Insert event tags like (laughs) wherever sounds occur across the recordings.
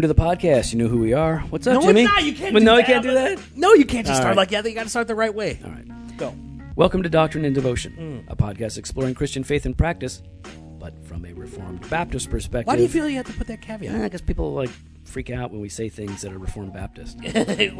to the podcast. You know who we are. What's up, No, Jimmy? it's not. You can't. Well, do no, that. you can't do that. No, you can't just All start right. like yeah. You got to start the right way. All right. Go. Welcome to Doctrine and Mm. Devotion, a podcast exploring Christian faith and practice, but from a Reformed Baptist perspective. Why do you feel you have to put that Eh, I (laughs) caveat? guess people like freak out when we say things that are Reformed Baptist. (laughs) okay.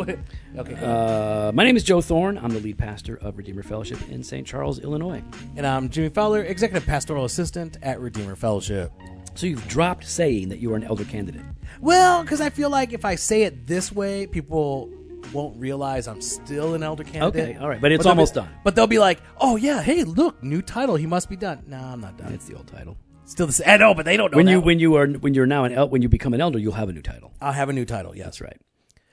Uh, my name is Joe Thorne. I'm the lead pastor of Redeemer Fellowship in St. Charles, Illinois. and um, I'm Jimmy Fowler, executive pastoral assistant at Redeemer Fellowship. So you've dropped saying that you are an elder candidate. Well, because I feel like if I say it this way, people won't realize I'm still an elder candidate. Okay, all right, but it's they'll be- almost done. But they'll be like, "Oh yeah, hey, look, new title. He must be done." No, I'm not done. That's the old title. Still the same. I know, but they don't know. When you Oh, that. when you are when you're now an el- when you become an elder, you'll have a new title. I'll have a new title. Yes, That's right.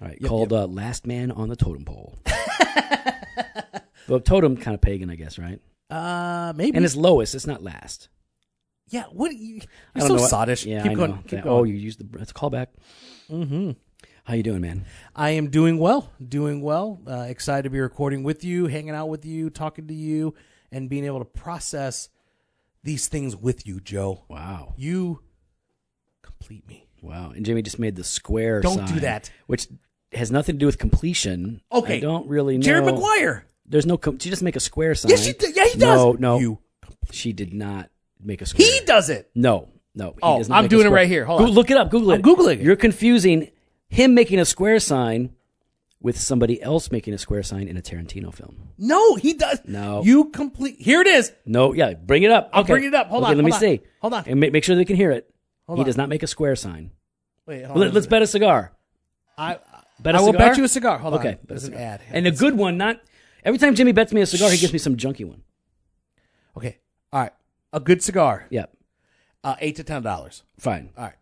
All right, called Uh, Last Man on the Totem Pole. the totem kind of pagan, I guess, right? uh, maybe. And it's lowest. It's not last. yeah, what? You, I don't you're so know what- soddish. Yeah, keep I going. know. Keep That- going. Oh, you used the. That's a callback. Mhm. How you doing, man? I am doing well, doing well. Uh, excited to be recording with you, hanging out with you, talking to you, and being able to process these things with you, Joe. Wow, You complete me. wow. And Jimmy just made the square. Don't do sign, that. Which has nothing to do with completion. Okay. I don't really know. Jared McGuire. There's no. Com- she just make a square sign. Yes, she did. Yeah, he does. No, no. You. She did not make a square. He does it. No, no. He Oh, does not I'm make a doing it square- right here. Hold Go- on. Look it up. Google it. I'm Googling it. You're confusing him making a square sign with somebody else making a square sign in a Tarantino film. No, he does. No. You complete. Here it is. No, yeah, bring it up. I'll Okay. bring it up. Hold Okay, on, Let me hold on. see. Hold on. And make, make sure they can hear it. Hold he on. does not make a square sign. Wait, hold Let, on. us bet a cigar. I, Bet a I will cigar? bet you a cigar. Hold on. okay, bet a There's an cigar. ad. and a good one. Not every time Jimmy bets me a cigar, he gives me some junky one. okay. All right. A good cigar. Yeah, Uh, eight to ten dollars. fine. All right.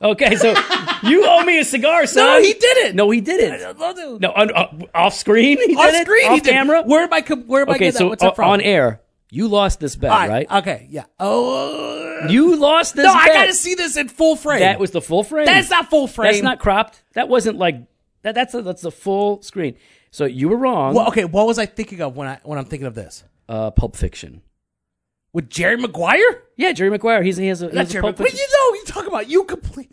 Okay, so (laughs) you owe me a cigar, son. No, he didn't. No, he didn't. No. No, on, uh, off screen. He did On it? screen, off he did. camera. Where am I? com- Where am I? okay, getting that? so What's that o- from? on air, you lost this bet, All right. right? Okay. Yeah. Oh. you lost this. no, I bet. gotta see this in full frame. That was the full frame. That's not full frame. That's not cropped. That wasn't like that. That's a, that's the full screen. So you were wrong. Well, okay. What was I thinking of when I when I'm thinking of this? uh, Pulp Fiction. With Jerry Maguire? Yeah, Jerry Maguire. He's he has a, he Not has a Jerry Pulp Maguire. Fiction. You know what you talking about? You complete.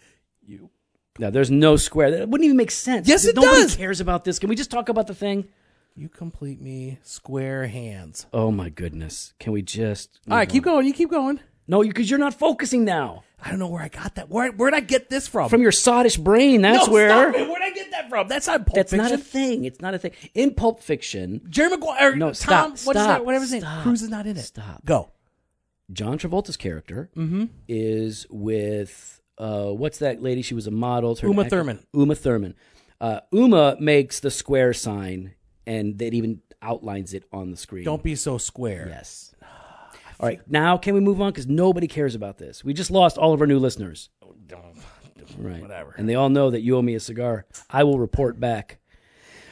No, there's no square. That wouldn't even make sense. Yes, it Nobody does. cares about this. Can we just talk about the thing? You complete me square hands. Oh my goodness. Can we just? All right, keep going. You keep going. No, because you, are not focusing now. I don't know where I got that. Where where'd I get this from? From your sottish brain. no, That's stop where. it. Where'd I get that from? That's not Pulp That's Fiction. not a thing. It's not a thing. In Pulp Fiction, Jerry Maguire. No, Tom, stop, What's stop, that? Whatever his name. stop, Cruz is not in it. stop. Go. John Travolta's character Mm-hmm. is with uh, what's that lady? She was a model. turned Uma actor- Thurman. Uma Thurman. Uh, Uma makes the square sign, and that even outlines it on the screen. Don't be so square. (sighs) Yes. All right. Now can we move on? Because nobody cares about this. We just lost all of our new listeners. Right. Whatever. And they all know that you owe me a cigar. I will report back.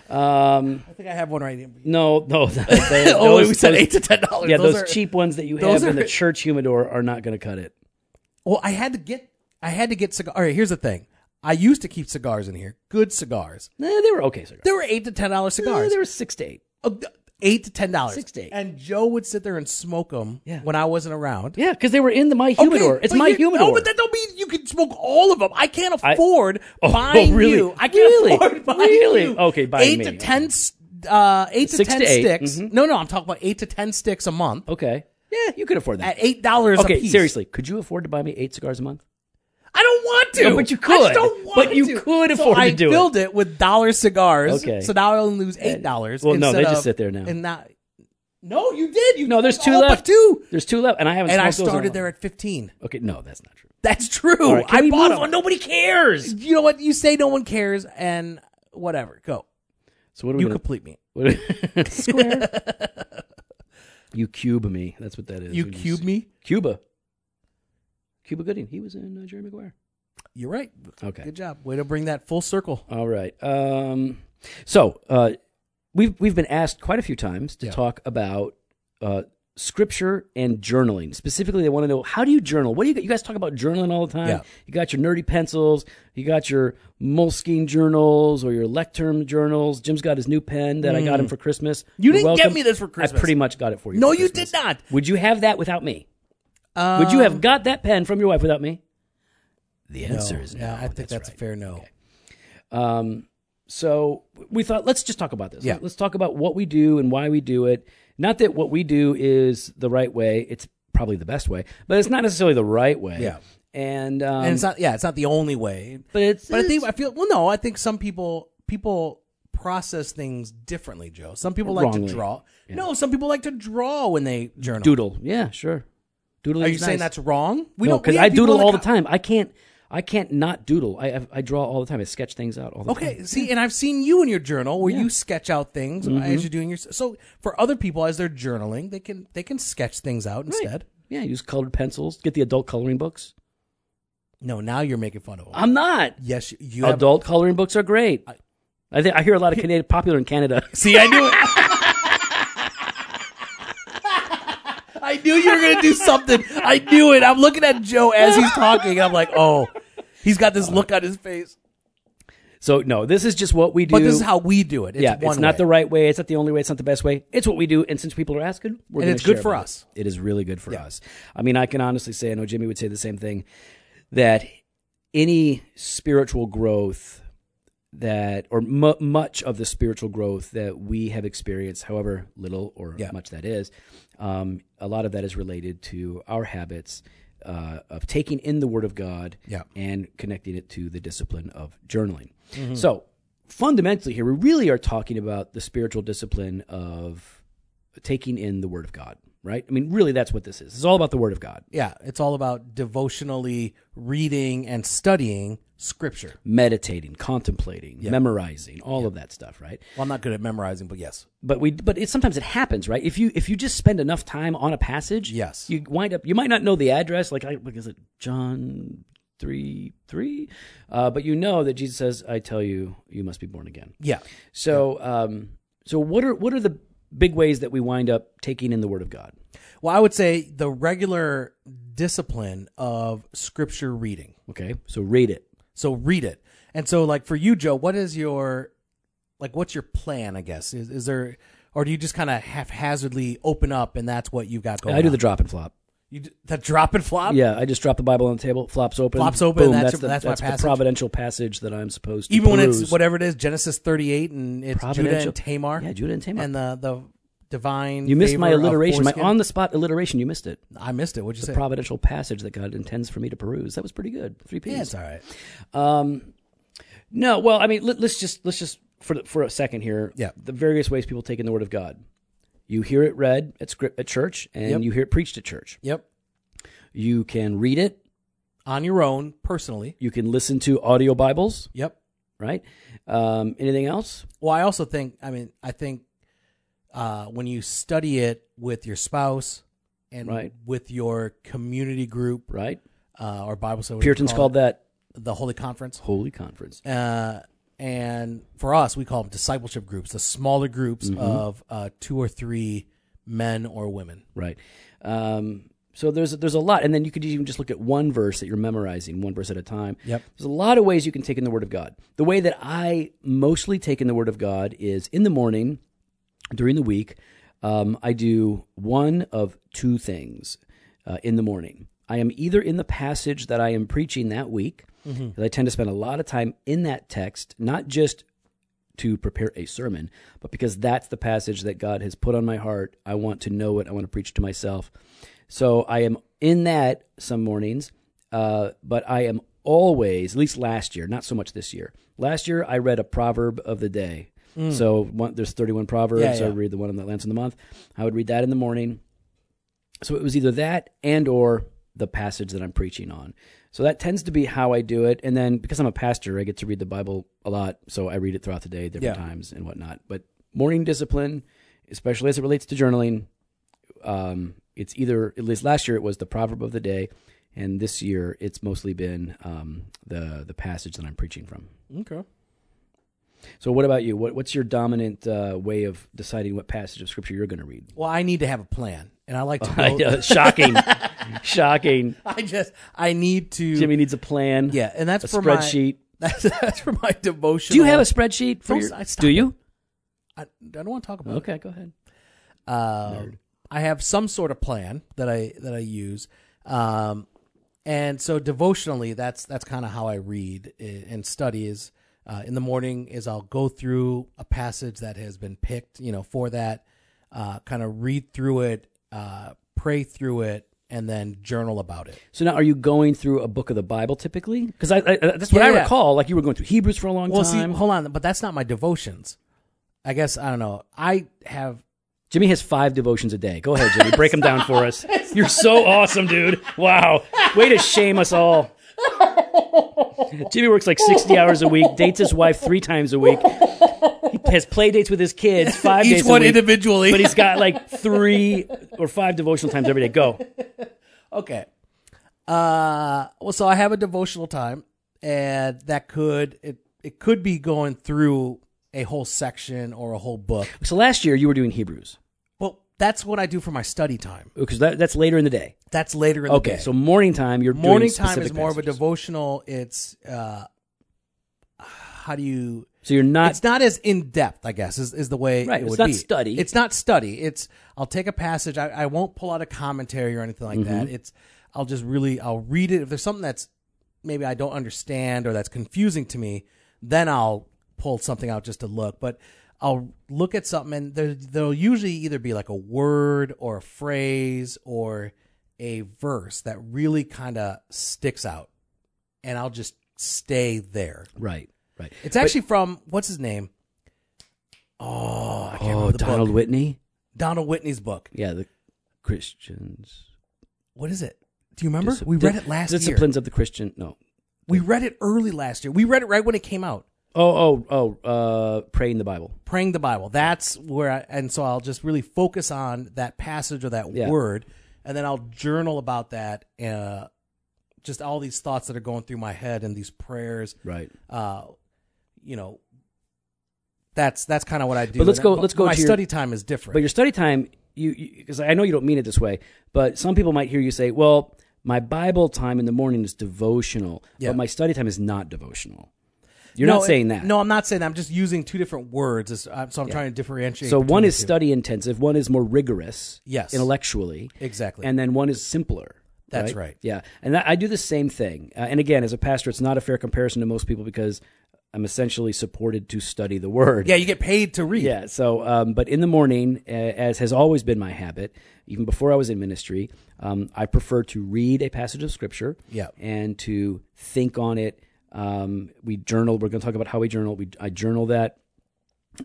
Um. I think I have one (laughs) right here. No. No. they- (laughs) oh, those- we said those- eight to ten dollars. Yeah, those, those, are, cheap ones that you those have in are- the church humidor are not going to cut it. Well, I had to get. I had to get cigar. All right, here's the thing. I used to keep cigars in here. Good cigars. Nah, Eh, they were okay cigars. There were eight to ten dollar Yeah, cigars. Eh, They were six to eight. Uh, th- eight to ten dollars. Six to eight. And Joe would sit there and smoke them Yeah. when I wasn't around. Yeah, because they were in the my humidor. Okay, it's but my you- humidor. No, but that don't mean you can smoke all of them. I can't I- afford (laughs) Oh, buying oh, really? you. I can't Really? afford buying Really? you. Okay, buying eight me. to ten. s- Uh, eight to Six ten to eight, sticks. mhm. No, no, I'm talking about eight to ten sticks a month okay. Yeah, you could afford that. at eight dollars. okay, seriously, could you afford to buy me eight cigars a month? I don't want to. No, but you I just could. don't want But you to. could So afford to I do it. filled it. with dollar cigars. Okay. So now I only lose eight dollars. Well, no, they instead just of- sit there now. And not. No, you did. You No, there's did two all left. But two. There's two left, and I haven't. And I smoked those in a started while. there at fifteen. Okay, no, that's not true. That's true. All right, can I we bought move on? them. Nobody cares. You know what? You say no one cares, and whatever. Go. So what are we You gonna? complete me. (laughs) (laughs) what- square. you cube me. That's what that is. You When cube say- me. Cuba. Cuba Gooding. He was in uh, Jerry Maguire. You're right. Okay. Good job. Way to bring that full circle. All right. Um, so uh, we've we've been asked quite a few times to Yeah. talk about uh, scripture and journaling. Specifically, they want to know how do you journal? What do you you guys talk about journaling all the time? Yeah. You got your nerdy pencils. You got your Moleskine journals or your Lectern journals. Jim's got his new pen that I got him for Christmas. Mm. You You're didn't get welcome. me this for Christmas. I pretty much got it for you. No, for you Um, Christmas. did not. Would you have that without me? Would you have got that pen from your wife without me? The answer is no. Yeah, I think that's, a fair no. Um, so we thought, let's just talk about this. Yeah. Let's talk about what we do and why we do it. Not that what we do is the right way. It's probably the best way, but it's not necessarily the right way. Yeah. And, um, and it's not. Yeah, it's not the only way. but it's, But I it's think I feel well. No, I think some people people process things differently, Joe. Some people like Wrongly. to draw. No, some people like to draw when they journal. doodle. Yeah, sure. Doodling. Are you is saying nice. that's wrong? We no, don't- we because have I people doodle that all the co- time. I can't. I can't not doodle. I I- I draw all the time. I sketch things out all the time. Okay, see, and I've seen you in your journal where you sketch out things Mm-hmm. as you're doing your. So for other people, as they're journaling, they can they can sketch things out instead. Yeah, use colored pencils. Get the adult coloring books. No, now you're making fun of them. I'm not. yes, you- you have. adult coloring books are great. I, think I hear a lot of Canadian popular in Canada. (laughs) See, I knew it. I knew you were gonna do something. I knew it. I'm looking at Joe as he's talking, and I'm like, oh, he's got this look on his face. So no, this is just what we do. But this is how we do it. It's yeah, one it's not way. the right way. It's not the only way. It's not the best way. It's what we do. And since people are asking, we're And gonna it's good share for about it. us. It is really good for us. I mean, I can honestly say, I know Jimmy would say the same thing, that any spiritual growth that, or mu much of the spiritual growth that we have experienced, however little or Yeah. much that is, um, a lot of that is related to our habits uh, of taking in the Word of God Yeah. and connecting it to the discipline of journaling. Mm-hmm. So, fundamentally, here we really are talking about the spiritual discipline of taking in the Word of God, right? I mean, really, that's what this is. It's all about the Word of God, Yeah, it's all about devotionally reading and studying scripture. meditating, contemplating, memorizing, all of that stuff, right? Well, I'm not good at memorizing, but yes. But we, but it sometimes it happens, right? If you if you just spend enough time on a passage, Yes. you wind up. You might not know the address, like I, like is it John three three, uh, but you know that Jesus says, "I tell you, you must be born again." Yeah. So, um, so what are what are the big ways that we wind up taking in the Word of God? Well, I would say the regular discipline of scripture reading. Okay, so read it. So read it. And so like for you, Joe, what is your like what's your plan, I guess? Is is there or do you just kind of haphazardly open up and that's what you've got going I do on? the drop and flop. you do the drop and flop? Yeah, I just drop the Bible on the table, flops open, Flops open, Boom, that's that's, your- the, that's my that's the passage. providential passage that I'm supposed to Even when peruse. it's whatever it is, Genesis 38 and it's Judah Providential- and Tamar. Yeah, Judah and Tamar. And the the divine You missed my favor of alliteration, my foreskin. on the spot alliteration. You missed it. I missed it. What'd you say? Providential passage that God intends for me to peruse. That was pretty good. Three P's. yeah, it's all right. Um, no, well, I mean, let, let's just let's just for the- for a second here. Yeah. the various ways people take in the Word of God. You hear it read at script at church, and Yep. you hear it preached at church. Yep. You can read it. On your own, personally. You can listen to audio Bibles. Yep. Right. Um, anything else? Well, I also think, I mean, I think uh, when you study it with your spouse and Right. with your community group Right. uh, or Bible study, whatever you Puritans call called that it, the Holy Conference. holy conference. Uh, and for us, we call them discipleship groups, the smaller groups Mm-hmm. of uh, two or three men or women. Right. Um, so there's there's a lot, and then you could even just look at one verse that you're memorizing, one verse at a time. Yep. There's a lot of ways you can take in the Word of God. The way that I mostly take in the Word of God is in the morning, during the week. Um, I do one of two things uh, in the morning. I am either in the passage that I am preaching that week, because I tend to spend a lot of time in that text, not just to prepare a sermon, but because that's the passage that God has put on my heart. I want to know it. I want to preach to myself. So I am in that some mornings, uh, but I am always, at least last year, not so much this year. Last year, I read a proverb of the day. So one, there's 31 proverbs. Hmm. Yeah, I yeah. read the one that lands in the month. I would read that in the morning. So it was either that and or the passage that I'm preaching on. So that tends to be how I do it. And then because I'm a pastor, I get to read the Bible a lot. So I read it throughout the day, different Yeah. times and whatnot. But morning discipline, especially as it relates to journaling, um, it's either at least last year it was the proverb of the day, and this year it's mostly been um, the the passage that I'm preaching from. Okay. So what about you? What, what's your dominant uh, way of deciding what passage of scripture you're going to read? Well, I need to have a plan, and I like to. (laughs) I Go, know, shocking, (laughs) shocking. I just I need to. Jimmy needs a plan. yeah, and that's a for my- spreadsheet. That's, (laughs) that's for my devotion. Do you have a spreadsheet for Don't your? s- I- stop do it. you? I, I don't want to talk about it. Okay, go ahead. Um, I have some sort of plan that I that I use, um, And so devotionally, that's that's kind of how I read i- and study is uh, in the morning is I'll go through a passage that has been picked, you know, for that, uh, kind of read through it, uh, pray through it, and then journal about it. So now, are you going through a book of the Bible typically? Because I, I, that's what Yeah, I yeah. recall. Like you were going through Hebrews for a long Well, time. see, hold on, but that's not my devotions. I guess I don't know. I have Jimmy has five devotions a day. Go ahead, Jimmy. Break them down for (laughs) us. You're so awesome, dude. Wow. Way to shame us all. Jimmy works like 60 hours a week, dates his wife three times a week, he has play dates with his kids five each days a one week. individually. But he's got like three or five devotional times every day. Go. Okay. Uh well so I have a devotional time and that could it it could be going through a whole section or a whole book. So last year you were doing Hebrews Well, that's what I do for my study time. because that, that's later in the day. That's later in the Okay. day. So morning time, you're morning doing time is specific more of a passages. devotional. It's uh how do you So you're not it's not as in depth, I guess, is, is the way Right, it it's would not be. study. It's not study. It's I'll take a passage. I, I won't pull out a commentary or anything like Mm-hmm. that. It's I'll just really I'll read it. If there's something that's maybe I don't understand or that's confusing to me, then I'll pull something out just to look. But I'll look at something and there there'll usually either be like a word or a phrase or a verse that really kind of sticks out, and I'll just stay there. right. Right. It's actually from what's his name? Oh, I can't Oh, remember the Donald book. Whitney. Donald Whitney's book. Yeah, the Christians. What is it? Do you remember? Dis- we read di- it last year. Disciplines of the Christian. No. We read it early last year. We read it right when it came out. Oh, oh, oh. Uh, praying the Bible. Praying the Bible. That's where I and so I'll just really focus on that passage or that Yeah. word and then I'll journal about that uh just all these thoughts that are going through my head and these prayers Right. uh you know that's that's kind of what I do. But let's And- go- let's go my to your- study time is different. But your study time, you because I know you don't mean it this way, but some people might hear you say, "Well, my Bible time in the morning is devotional, Yeah. but my study time is not devotional." You're No, not saying that. No, I'm not saying that. I'm just using two different words, as- uh, so I'm trying to differentiate. So between one the is two. study intensive. One is more rigorous. Yes. Intellectually. Exactly. and then one is simpler. That's right. Yeah, and that, I do the same thing. Uh, and again, as a pastor, it's not a fair comparison to most people because I'm essentially supported to study the Word. yeah, you get paid to read. Yeah. So, um, but in the morning, uh, as has always been my habit, even before I was in ministry, um, I prefer to read a passage of Scripture. Yeah. And to think on it. Um, we journal. We're going to talk about how we journal. We I journal that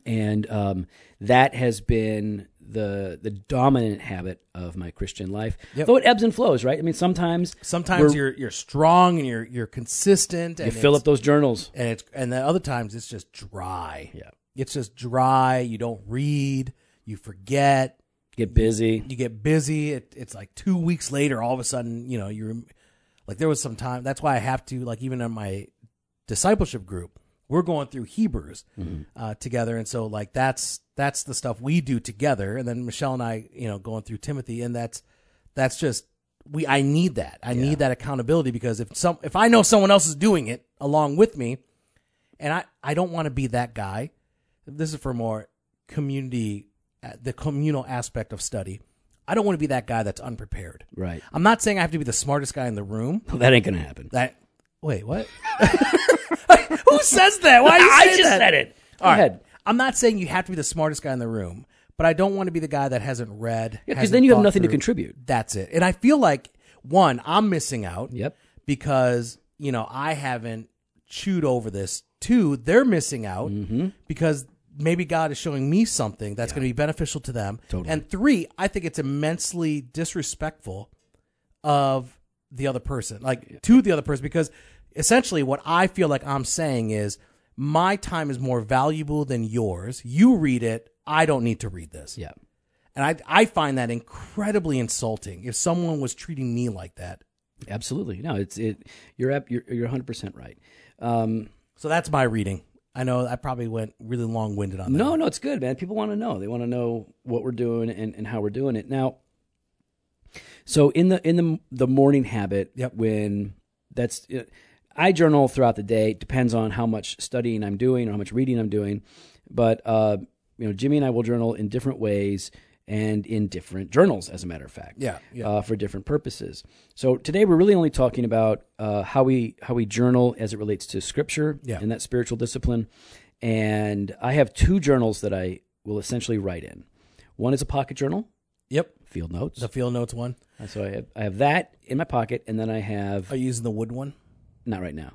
and um, that has been the the dominant habit of my Christian life. Though it ebbs and flows, right? I mean, sometimes Sometimes We're- you're you're strong and you're you're consistent. And you fill it's- up those journals. and it's and then other times it's just dry. Yeah, It's just dry. You don't read. You forget. get busy. You get busy. It, it's like two weeks later. All of a sudden, you know, you're like there was some time. That's why I have to like even in my discipleship group, we're going through Hebrews uh, together, and so like that's that's the stuff we do together. And then Michelle and I, you know, going through Timothy, and that's that's just we. I need that. I need that accountability because if some if I know someone else is doing it along with me, and I I don't want to be that guy. This is for more community, uh, the communal aspect of study. I don't want to be that guy that's unprepared. Right. I'm not saying I have to be the smartest guy in the room. Well, that ain't gonna happen. That wait, what? (laughs) Who says that? Why do you I say just that? said it. Go ahead. I'm not saying you have to be the smartest guy in the room, but I don't want to be the guy that hasn't read. Because hasn't then you have thought nothing to through. contribute. That's it. And I feel like one, I'm missing out. Yep. Because you know I haven't chewed over this. Two, they're missing out Mm-hmm. because maybe God is showing me something that's going to be beneficial to them. Totally. And three, I think it's immensely disrespectful of the other person, like to the other person, because essentially what I feel like I'm saying is my time is more valuable than yours. You read it. I don't need to read this. Yeah. And I, I find that incredibly insulting if someone was treating me like that. Absolutely. No, it's it. You're up. You're you're 100 percent right. Um, So that's my reading. I know I probably went really long winded on that. No, no, it's good, man. People want to know. They want to know what we're doing and, and how we're doing it. Now, so in the in the the morning habit, Yep. when that's uh, I journal throughout the day. It depends on how much studying I'm doing or how much reading I'm doing. But uh, you know, Jimmy and I will journal in different ways. and in different journals, as a matter of fact. Yeah, yeah. Uh, for different purposes. So today we're really only talking about uh, how we how we journal as it relates to scripture Yeah. and that spiritual discipline. And I have two journals that I will essentially write in. One is a pocket journal, Yep. field notes. The field notes one. And so I have I have that in my pocket, and then I have Are you using the wood one? not right now.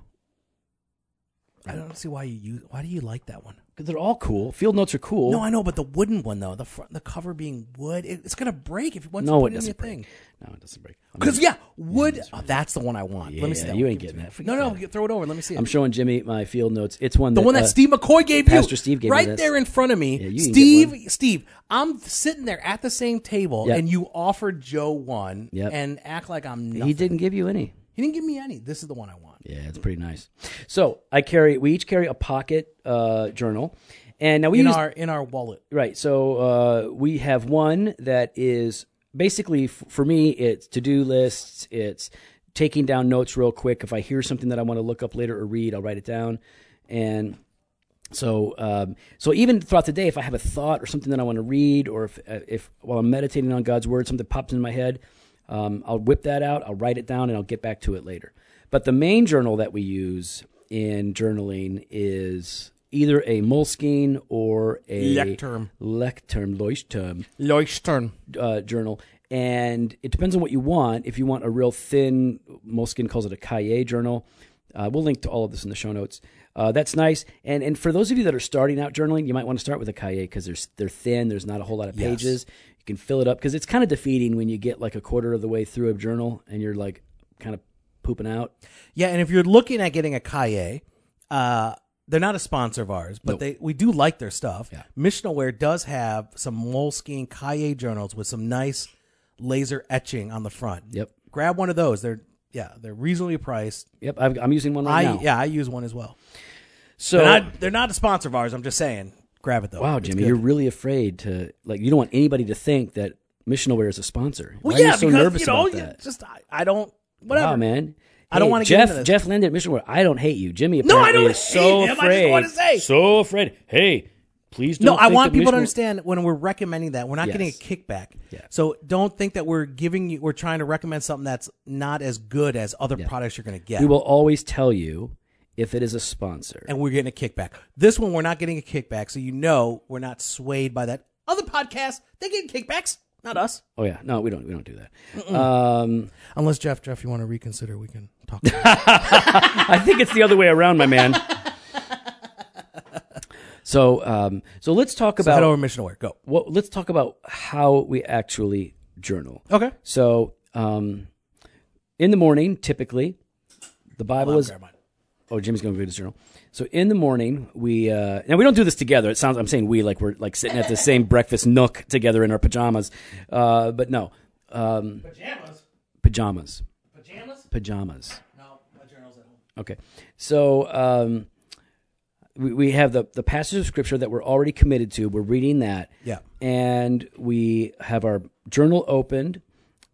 I don't see why you use. Why do you like that one? 'Cause They're all cool. Field notes are cool. No, I know, but the wooden one though, the front, the cover being wood, it, it's gonna break if you want No, to it put it in your doesn't break. thing. no, it doesn't break. I'm, Because yeah, wood. Oh, that's the one I want. Let me see Yeah, that. you one. ain't Give it getting to that. me. Forget No, no, that. get- throw it over. Let me see it. I'm showing Jimmy my field notes. It's one the one that uh, Steve McCoy gave you. Pastor Steve gave me right this. there in front of me. Yeah, you can get Steve, Steve, I'm sitting there at the same table, Yep. and you offered Joe one, Yep. and act like I'm nothing. he He, didn't give you any. didn't give me any. This is the one I want. Yeah, it's pretty nice. So I carry. We each carry a pocket uh, journal, and now we In use our in our wallet. right. So uh, we have one that is basically f- for me. It's to do lists. It's taking down notes real quick. If I hear something that I want to look up later or read, I'll write it down, and so um, so even throughout the day if i have a thought or something that i want to read or if, uh, if while i'm meditating on god's word something pops in my head um, i'll whip that out i'll write it down and i'll get back to it later but the main journal that we use in journaling is either a moleskine or a Lectern. lectern leuchtturm Leuchtturn. uh, journal, and it depends on what you want. If you want a real thin, Moleskine calls it a cahier journal. Uh, we'll link to all of this in the show notes. Uh, that's nice. And and for those of you that are starting out journaling, you might want to start with a cahier because there's they're thin. There's not a whole lot of pages. You can fill it up because it's kind of defeating when you get like a quarter of the way through a journal and you're like kind of pooping out. Yeah, and if you're looking at getting a Kaye, uh, they're not a sponsor of ours, but they we do like their stuff. Yeah. Missionalware does have some moleskin Kaye journals with some nice laser etching on the front. Yep. Grab one of those. They're yeah, they're reasonably priced. Yep, I've, I'm using one I right now. yeah, I use one as well. So They're not they're not a sponsor of ours. I'm just saying, grab it though. wow, It's Jimmy, good. you're really afraid to like. You don't want anybody to think that Missionalware is a sponsor. well, Why yeah, are you so because nervous you know, about you that? just I, I don't whatever. Wow, man. I don't Hey, wanna get Jeff. into this. Jeff landed at Mission Where I don't hate you, Jimmy. No, I apparently don't is so hate him. I just Afraid, wanna say. so afraid. Hey, please don't. No, I think want that people Mission to understand when we're recommending that we're not getting a Yes. kickback. So don't think that we're giving you we're trying to recommend something that's not as good as other products you're going to get. Ware- We will always tell you if it is a sponsor. and we're getting a kickback. This one we're not getting a kickback, so you know we're not swayed by that. Other podcasts, they get kickbacks, not us. oh yeah, no, we don't. We don't do that. Um, Unless Jeff, Jeff, you want to reconsider, we can (laughs) talk. I think it's the other way around, my man. (laughs) so, um, so let's talk Head about over to mission aware. Go. what. Let's talk about how we actually journal. Okay. So, um, in the morning, typically, the Bible is Grab mine. Oh, Jimmy's going to read his journal. So in the morning, we uh, now we don't do this together. It sounds I'm saying we like we're like sitting at the same breakfast nook together in our pajamas, uh, but no, um, Pajamas. pajamas, Pajamas? pajamas. No, my journal's at home. Okay, so um, we, we have the the passage of scripture that we're already committed to. We're reading that, Yeah. and we have our journal opened,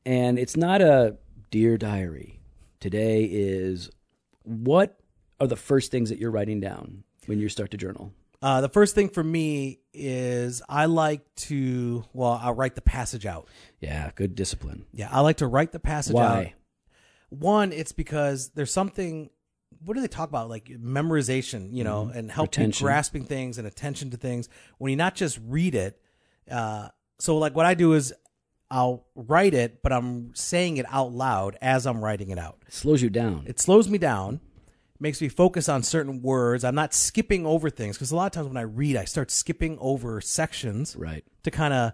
and it's not a dear diary. Today is what are the first things that you're writing down when you start to journal? Uh, the first thing for me is I like to well, I'll write the passage out. Yeah, good discipline. Yeah, I like to write the passage out. Why? One, it's because there's something. What do they talk about? Like memorization, you know, and help you Retention. grasping things and attention to things when you not just read it. Uh, so, like, what I do is I'll write it, but I'm saying it out loud as I'm writing it out. It slows you down. It slows me down, makes me focus on certain words. I'm not skipping over things because a lot of times when I read, I start skipping over sections right. to kind of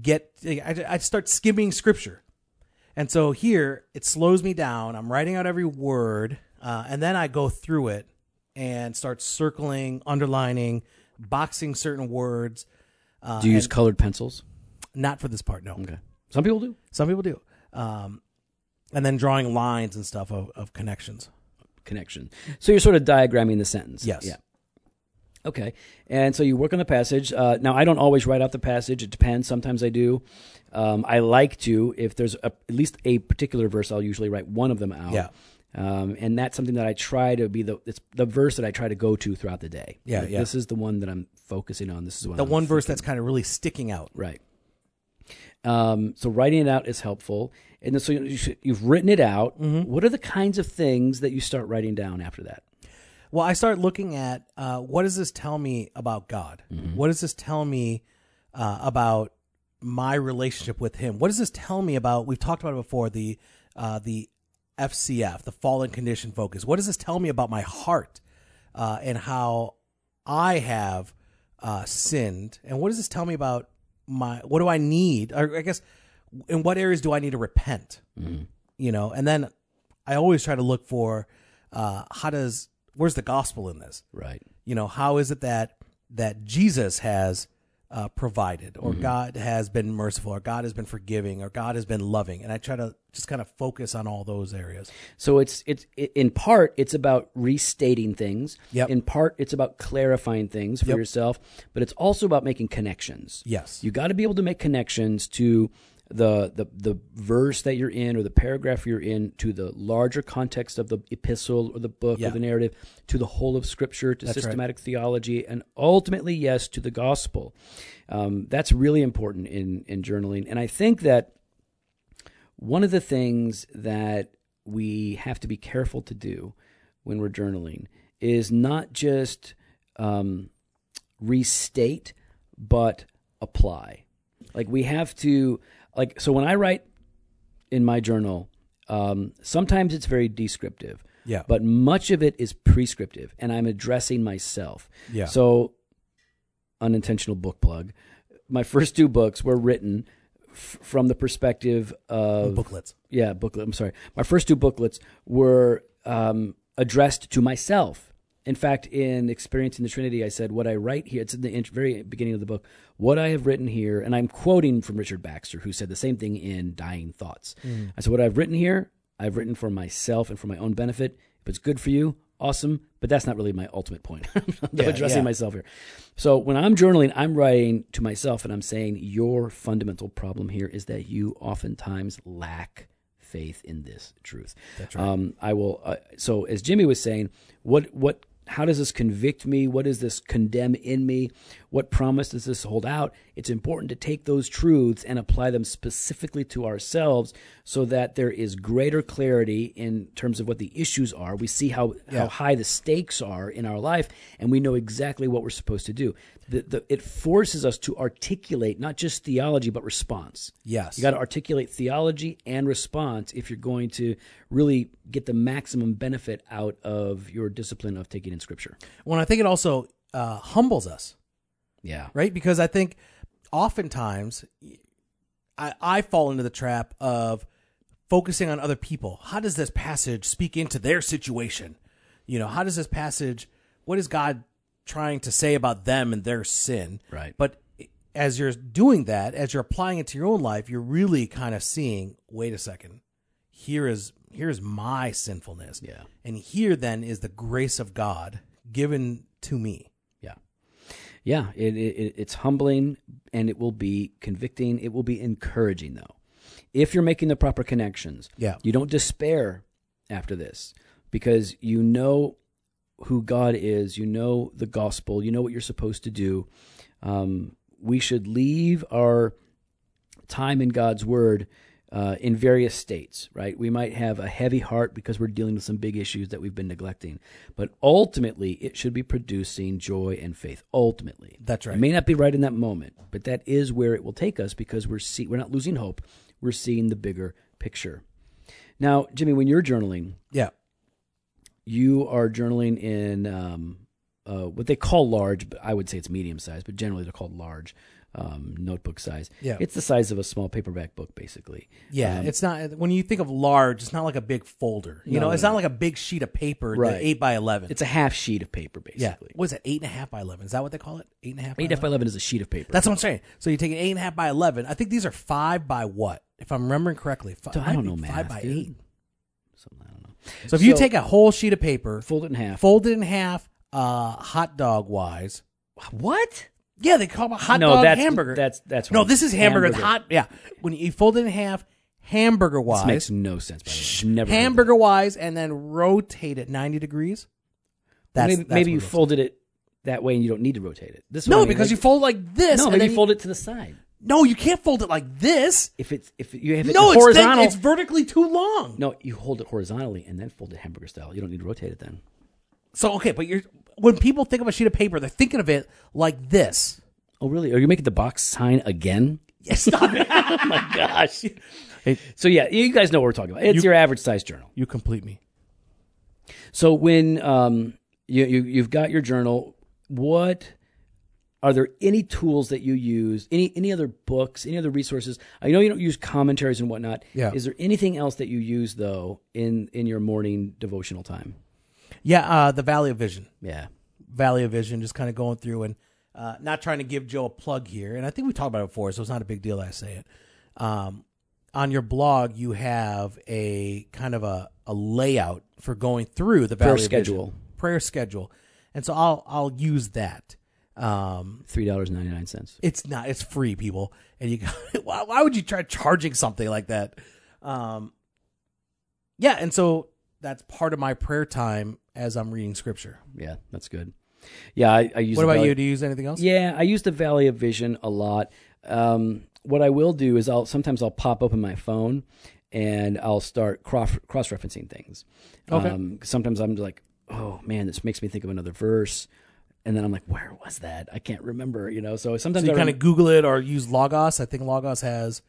get I, I start skimming scripture and so here it slows me down i'm writing out every word uh, and then i go through it and start circling underlining boxing certain words do you use colored pencils? not for this part no Okay. Some people do. some people do um, and then drawing lines and stuff of, of connections Connection. So you're sort of diagramming the sentence. Yes. Yeah. Okay. And so you work on the passage. Uh, now, I don't always write out the passage. It depends. Sometimes I do. Um, I like to, if there's a, at least a particular verse, I'll usually write one of them out. Yeah. Um, and that's something that I try to be the it's the verse that I try to go to throughout the day. Yeah, Like, yeah. This is the one that I'm focusing on. This is what the I'm one verse that's kind of really sticking out Right. Um, so writing it out is helpful. And then, so you- you should- you've written it out. Mm-hmm. What are the kinds of things that you start writing down after that? Well, I start looking at uh, what does this tell me about God? What does this tell me uh, about my relationship with Him? What does this tell me about? We've talked about it before the uh, the FCF, the fallen condition focus. What does this tell me about my heart uh, and how I have uh, sinned? And what does this tell me about my? What do I need? Or I guess in what areas do I need to repent? you know and then i always try to look for uh how does where's the gospel in this Right. you know how is it that that jesus has uh, provided or Mm-hmm. god has been merciful or god has been forgiving or god has been loving and i try to just kind of focus on all those areas So it's it's i- in part it's about restating things. Yep. In part it's about clarifying things for yourself, but it's also about making connections. yes You got to be able to make connections to the, the the verse that you're in or the paragraph you're in to the larger context of the epistle or the book Yeah. or the narrative to the whole of scripture to systematic theology and ultimately yes to the gospel um, that's really important in in journaling and i think that one of the things that we have to be careful to do when we're journaling is not just um, restate but apply like we have to like so when i write in my journal um, sometimes it's very descriptive Yeah. but much of it is prescriptive and i'm addressing myself Yeah. so unintentional book plug my first two books were written f- from the perspective of booklets yeah, booklet. I'm sorry. My first two booklets were um, addressed to myself. In fact, in Experiencing the Trinity, I said, What I write here, it's in the int- very beginning of the book, what I have written here, and I'm quoting from Richard Baxter, who said the same thing in Dying Thoughts. Mm. I said, What I've written here, I've written for myself and for my own benefit. If it's good for you, awesome, but that's not really my ultimate point. (laughs) I'm addressing yeah. myself here. So when I'm journaling, I'm writing to myself and I'm saying, Your fundamental problem here is that you oftentimes lack faith in this truth. That's right. Um, I will. Uh, so as Jimmy was saying, what what how does this convict me? What does this condemn in me? What promise does this hold out? It's important to take those truths and apply them specifically to ourselves so that there is greater clarity in terms of what the issues are. We see how, how high the stakes are in our life and we know exactly what we're supposed to do. The, the, it forces us to articulate not just theology, but response. yes You got to articulate theology and response if you're going to really get the maximum benefit out of your discipline of taking in scripture. when i think it also uh humbles us Yeah. right? Because I think oftentimes I, I fall into the trap of focusing on other people. How does this passage speak into their situation? You know, how does this passage, what is God trying to say about them and their sin? Right. But as you're doing that, as you're applying it to your own life, you're really kind of seeing, wait a second, here is here's my sinfulness. Yeah. And here then is the grace of God given to me. Yeah. Yeah. It, it, it- it's humbling and it will be convicting. It will be encouraging, though. If you're making the proper connections, Yeah. you don't despair after this because you know who God is, you know the gospel, you know what you're supposed to do. Um, we should leave our time in God's Word uh, in various states, right? We might have a heavy heart because we're dealing with some big issues that we've been neglecting, but ultimately it should be producing joy and faith. Ultimately, That's right. It may not be right in that moment, but that is where it will take us because we're see- we're not losing hope. We're seeing the bigger picture. Now, Jimmy, when you're journaling, Yeah. you are journaling in um, uh, what they call large, but I would say it's medium size, but generally they're called large um, notebook size. Yeah. It's the size of a small paperback book, basically. Yeah, Um, it's not when you think of large, it's not like a big folder. You know, it's not like a big sheet of paper, the Right. eight by eleven. It's a half sheet of paper, yeah, basically. what is it, eight and a half by eleven? Is that what they call it? Eight and a half. By Eight 11? F by 11 is a sheet of paper. That's what I'm saying. So you take an eight and a half by eleven. I think these are five by what, if I'm remembering correctly. Five, Dude, I don't know Five math, by dude. eight. Something, I don't know. So if you So- take a whole sheet of paper, Fold it in half. fold it in half, uh, hot dog wise. What? Yeah, they call it a hot No, dog that's- hamburger. that's- that's no. wrong. This is hamburger. It's Hamburger. hot. Yeah, when you fold it in half, hamburger This wise, makes no sense, by the way. I've Never heard of hamburger wise and then rotate it 90 degrees. that. maybe maybe what you it is. folded it that way and you don't need to rotate it. This is what No, I mean, because like- you fold like this. No, and maybe then you fold it to the side. No, you can't fold it like this. If it's if you have it No, it's, thick, horizontal, it's vertically too long. no, you hold it horizontally and then fold it hamburger style. You don't need to rotate it then. So okay, but you're when people think of a sheet of paper, they're thinking of it like this. Oh, really? Are you making the box sign again? (laughs) Yes, stop it. Oh my gosh! so yeah, you guys know what we're talking about. It's your average size journal. You complete me. So when um, you, you you've got your journal, what are there any tools that you use? Any any other books? Any other resources? I know you don't use commentaries and whatnot. Yeah. Is there anything else that you use though in in your morning devotional time? Yeah, uh, the Valley of Vision. Yeah. Valley of Vision, just kind of going through and uh, not trying to give Joe a plug here. And I think we talked about it before, so it's not a big deal that I say it. Um, on your blog, you have a kind of a, a layout for going through the Valley of Vision. schedule. prayer schedule, and so I'll I'll use that. Um, Three dollars ninety nine cents. it's not it's free, people, and you (laughs) why, why would you try charging something like that? Um, yeah, and so that's part of my prayer time as I'm reading scripture. Yeah, that's good. Yeah, I, I use. What the about value- you? Do you use anything else? Yeah, I use the Valley of Vision a lot. Um, what I will do is I'll sometimes I'll pop open my phone and I'll start cross referencing things. Okay. Um, sometimes I'm like, oh man, this makes me think of another verse, and then I'm like, where was that? I can't remember. You know. So sometimes So you I, kind rem- of Google it or use Logos. I think Logos has.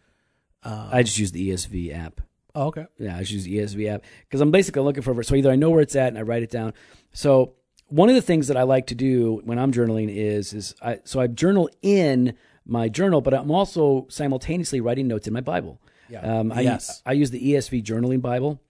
I just use the ESV app. Oh, okay. Yeah, I just use the ESV app because I'm basically looking for a verse. So either I know where it's at and I write it down. So one of the things that I like to do when I'm journaling is is I so I journal in my journal, but I'm also simultaneously writing notes in my Bible. Yeah. Um, I, Yes. I use the ESV journaling Bible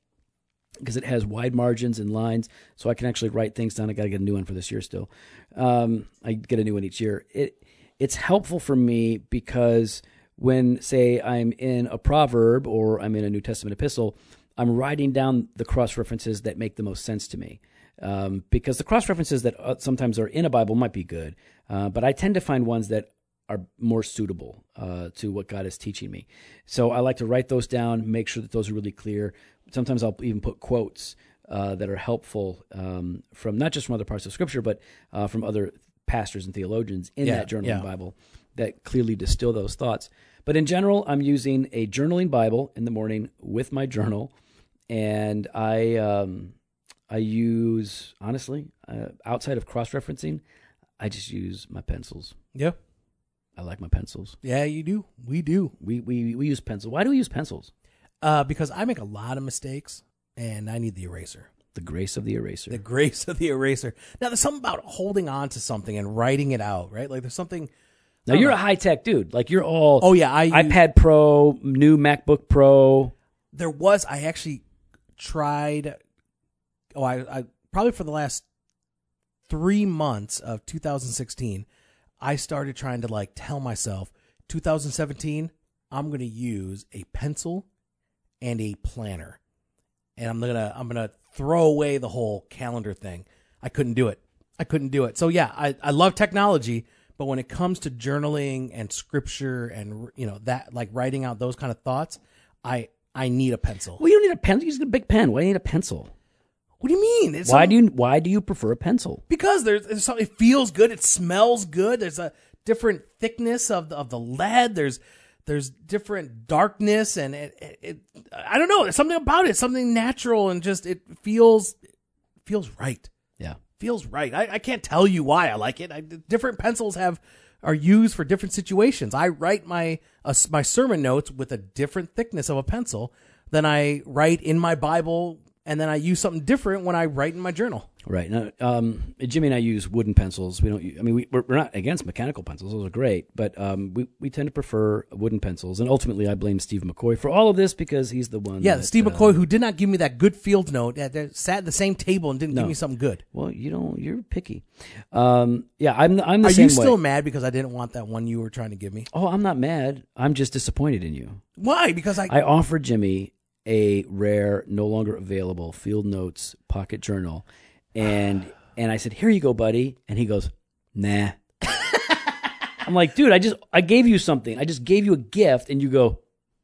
because it has wide margins and lines, so I can actually write things down. I got to get a new one for this year still. Um, I get a new one each year. It it's helpful for me because when say I'm in a proverb or I'm in a New Testament epistle, I'm writing down the cross references that make the most sense to me. Um, because the cross references that uh, sometimes are in a Bible might be good, uh, but I tend to find ones that are more suitable uh, to what God is teaching me. So I like to write those down, make sure that those are really clear. Sometimes I'll even put quotes uh, that are helpful um, from not just from other parts of Scripture, but uh, from other pastors and theologians in Yeah, that journaling yeah. Bible that clearly distill those thoughts. But in general, I'm using a journaling Bible in the morning with my journal, and I um, I use honestly uh, outside of cross referencing, I just use my pencils. Yeah. I like my pencils. Yeah, you do. We do. We we we use pencils. Why do we use pencils? Uh, because I make a lot of mistakes, and I need the eraser. The grace of the eraser. the grace (laughs) of the eraser. Now, there's something about holding on to something and writing it out, right? Like there's something. now you're a high tech dude. Like you're all Oh yeah, I use- iPad Pro, new MacBook Pro. there was. I actually tried. Oh, I, I probably for the last three months of 2016, I started trying to like tell myself 2017, I'm gonna use a pencil and a planner, and I'm gonna I'm gonna throw away the whole calendar thing. I couldn't do it. I couldn't do it. So yeah, I I love technology. But when it comes to journaling and scripture and you know that like writing out those kind of thoughts, I I need a pencil. Well, you don't need a pencil. You just get a big pen. Why do you need a pencil? What do you mean? It's Why do you why do you prefer a pencil? because there's, there's some, it feels good it smells good there's a different thickness of the, of the lead there's there's different darkness and it, it, it i don't know there's something about it something natural and just it feels it feels right Yeah. feels right I, I can't tell you why i like it I, different pencils have are used for different situations i write my uh, s- my sermon notes with a different thickness of a pencil than i write in my bible and then i use something different when i write in my journal Right. Now, um, Jimmy and I use wooden pencils. We don't. u- I mean, we, we're, we're not against mechanical pencils. Those are great, but um, we we tend to prefer wooden pencils. And ultimately, I blame Steve McCoy for all of this because he's the one. Yeah, that, Steve uh, McCoy, who did not give me that good field note, uh, that sat at the same table and didn't give me something good. Well, you don't. You're picky. Um, yeah, I'm. I'm the Are same you still way. mad because I didn't want that one you were trying to give me? Oh, I'm not mad. I'm just disappointed in you. Why? Because I, I offered Jimmy a rare, no longer available Field Notes pocket journal, and and I said, "Here you go, buddy," and he goes, "Nah." (laughs) I'm like, dude, I just I gave you something. I just gave you a gift, and you go,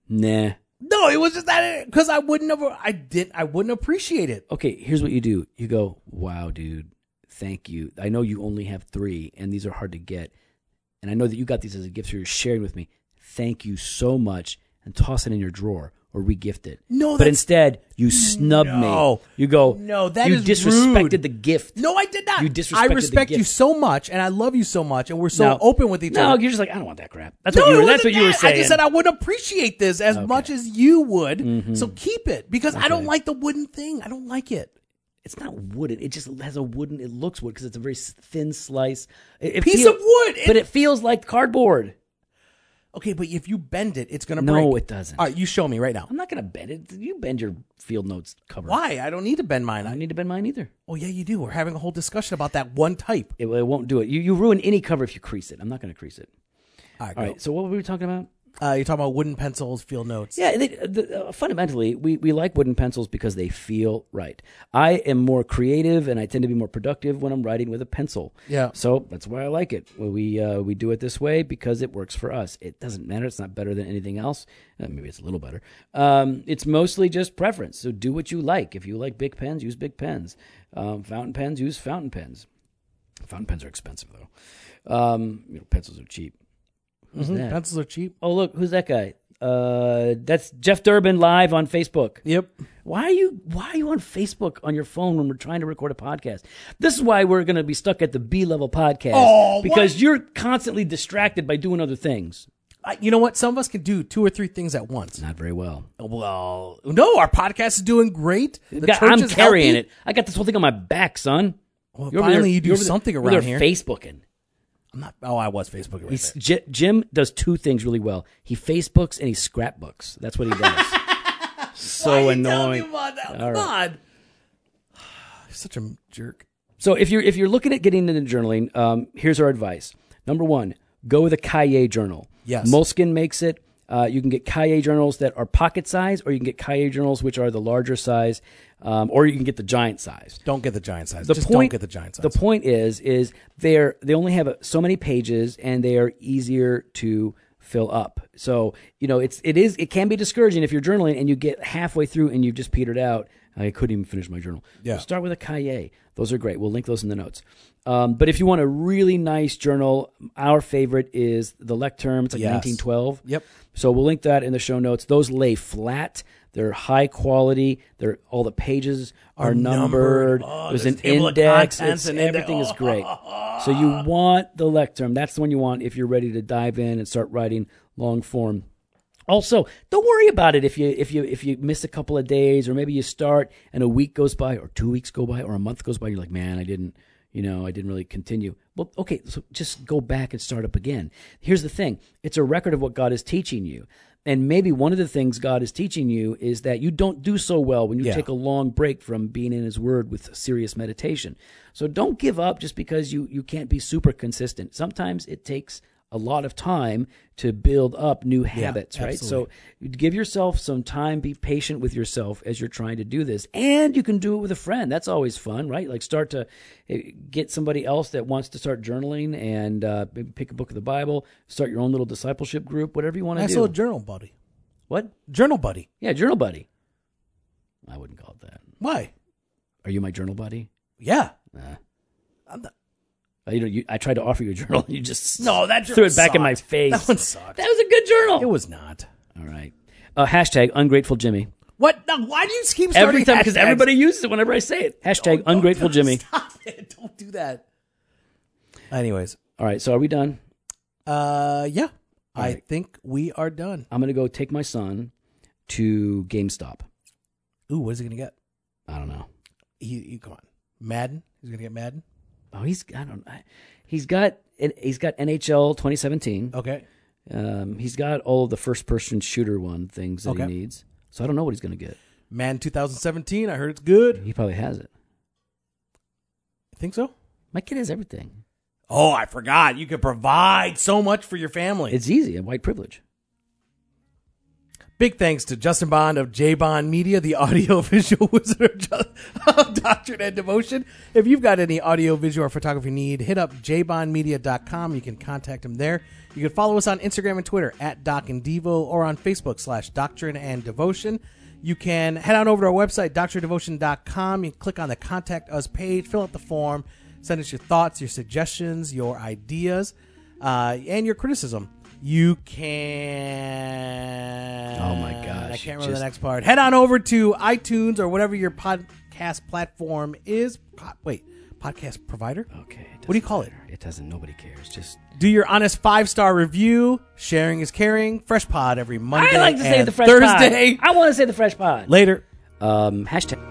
"Nah." no, it was just that because I wouldn't have, I did, I wouldn't appreciate it. Okay, here's what you do. You go, "Wow, dude, thank you. I know you only have three, and these are hard to get, and I know that you got these as a gift, so you're sharing with me. thank you so much, and toss it in your drawer or regift it. No, but that's- instead you snub No. me. You go, No, that you is disrespected rude. the gift. No, I did not. You disrespected I the respect you gift. so much, and I love you so much, and we're so Now- open with each no, other. you're just like I don't want that crap. That's No, what you it were. That's what wasn't you were that. saying. I just said I would appreciate this as much as you would. Mm-hmm. So keep it because I don't like the wooden thing. I don't like it. it's not wooden. It just has a wooden. It looks wood because it's a very s- thin slice. It, it Piece feel- of wood. but it feels like cardboard. okay, but if you bend it, it's gonna break. No, it doesn't. All right, you show me right now. I'm not gonna bend it. You bend your field notes cover. Why? I don't need to bend mine. I I, don't need to bend mine either. oh yeah, you do. We're having a whole discussion about that one type. It, it won't do it. You you ruin any cover if you crease it. I'm not gonna crease it. All right, All go. right. So what were we talking about? Uh, you're talking about wooden pencils, field notes. Yeah, they, the, uh, fundamentally, we, we like wooden pencils because they feel right. I am more creative and I tend to be more productive when I'm writing with a pencil. Yeah. So that's why I like it. Well, We uh, we do it this way because it works for us. It doesn't matter. It's not better than anything else. Uh, maybe it's a little better. Um, it's mostly just preference. So do what you like. If you like big pens, use big pens. Um, fountain pens, use fountain pens. Fountain pens are expensive though. Um, you know, pencils are cheap. Who's Mhm, that? Pencils are cheap. Oh, look, who's that guy? Uh, that's Jeff Durbin live on Facebook. Yep. Why are you Why are you on Facebook on your phone when we're trying to record a podcast? This is why we're going to be stuck at the B level podcast Oh, because you're constantly distracted by doing other things. I, you know what? Some of us can do two or three things at once. Not very well. Well, no, our podcast is doing great. The God, church I'm is carrying healthy. it. I got this whole thing on my back, son. Well, over finally, you do you're over something you're around over here. there Facebooking. I'm not. Oh, I was Facebooking. Right He's, there. J- Jim does two things really well. He Facebooks and he scrapbooks. That's what he (laughs) does. so Why you telling me annoying. about that? Come All right. on. (sighs) You're such a jerk. So if you're if you're looking at getting into journaling, um, here's our advice. Number one, go with a Kaye journal. Yes. Moleskin makes it. Uh, you can get Kaye journals that are pocket size, or you can get Kaye journals which are the larger size, um, or you can get the giant size. Don't get the giant size. The Just point, don't get the giant size. The point is, is they're they only have a, so many pages, and they are easier to fill up. So you know, it's it is it can be discouraging if you're journaling and you get halfway through and you've just petered out. I couldn't even finish my journal. Yeah. start with a Kaye. Those are great. We'll link those in the notes. Um, but if you want a really nice journal, our favorite is the Lectern. It's like Yes. 1912. Yep. So we'll link that in the show notes. Those lay flat. They're high quality. They're all the pages are, numbered. numbered. Oh, There's this an table of index. contents It's- and index. everything is (laughs) great. So you want the lectern. That's the one you want if you're ready to dive in and start writing long form. Also, don't worry about it if you if you if you miss a couple of days or maybe you start and a week goes by or two weeks go by or a month goes by. You're like, man, I didn't, you know, I didn't really continue. Well, okay, so just go back and start up again. Here's the thing: it's a record of what God is teaching you. And maybe one of the things God is teaching you is that you don't do so well when you Yeah. take a long break from being in His Word with serious meditation. So don't give up just because you you can't be super consistent. Sometimes it takes a lot of time to build up new habits, right? So give yourself some time, be patient with yourself as you're trying to do this. And you can do it with a friend. That's always fun, right? Like start to eh, get somebody else that wants to start journaling and uh, maybe pick a book of the Bible, start your own little discipleship group, whatever you want to Nice do. little journal buddy. what? Journal buddy. Yeah, journal buddy. I wouldn't call it that. Why? Are you my journal buddy? Yeah. Uh, You know, you, I tried to offer you a (laughs) journal, and you just No, that threw journal it back in my sucked. face. That one sucked. That was a good journal. It was not. All right. Uh, hashtag ungrateful Jimmy. What? No, why do you keep starting Every time, because hashtags? everybody uses it whenever I say it. Hashtag ungrateful Jimmy. Stop it! Don't do that. Anyways, All right. So are we done? uh, yeah, I think we are done. I'm going to go take my son to GameStop. Ooh, what is he gonna get? I don't know. He, he come on, Madden. He's gonna get Madden. Oh, he's I don't. I, he's got he's got NHL 2017. Okay. Um, he's got all of the first person shooter one things that Okay. he needs. So I don't know what he's going to get. Madden 2017. I heard it's good. He probably has it. Think so? My kid has everything. Oh, I forgot. You could provide so much for your family. It's easy. and white privilege. Big thanks to Justin Bond of J Bond Media, the (laughs) audio visual wizard of Ju- of Doctrine and Devotion. If you've got any audio, visual, or photography need, hit up jbondmedia.com. You can contact him there. You can follow us on Instagram and Twitter at Doc and Devo or on Facebook slash Doctrine and Devotion. You can head on over to our website, doctrinedevotion.com. You can click on the Contact Us page, fill out the form, send us your thoughts, your suggestions, your ideas, uh, and your criticism. you can. Oh my gosh, I you can't remember just- the next part. Head on over to iTunes or whatever your podcast platform is. Po- wait, podcast provider? Okay. it What do you doesn't call it? matter. It doesn't. Nobody cares. Just Do your honest five star review. Sharing is caring. Fresh pod every Monday. I like to say and the fresh pod. Thursday. I want to say the fresh pod. Later. Um, hashtag.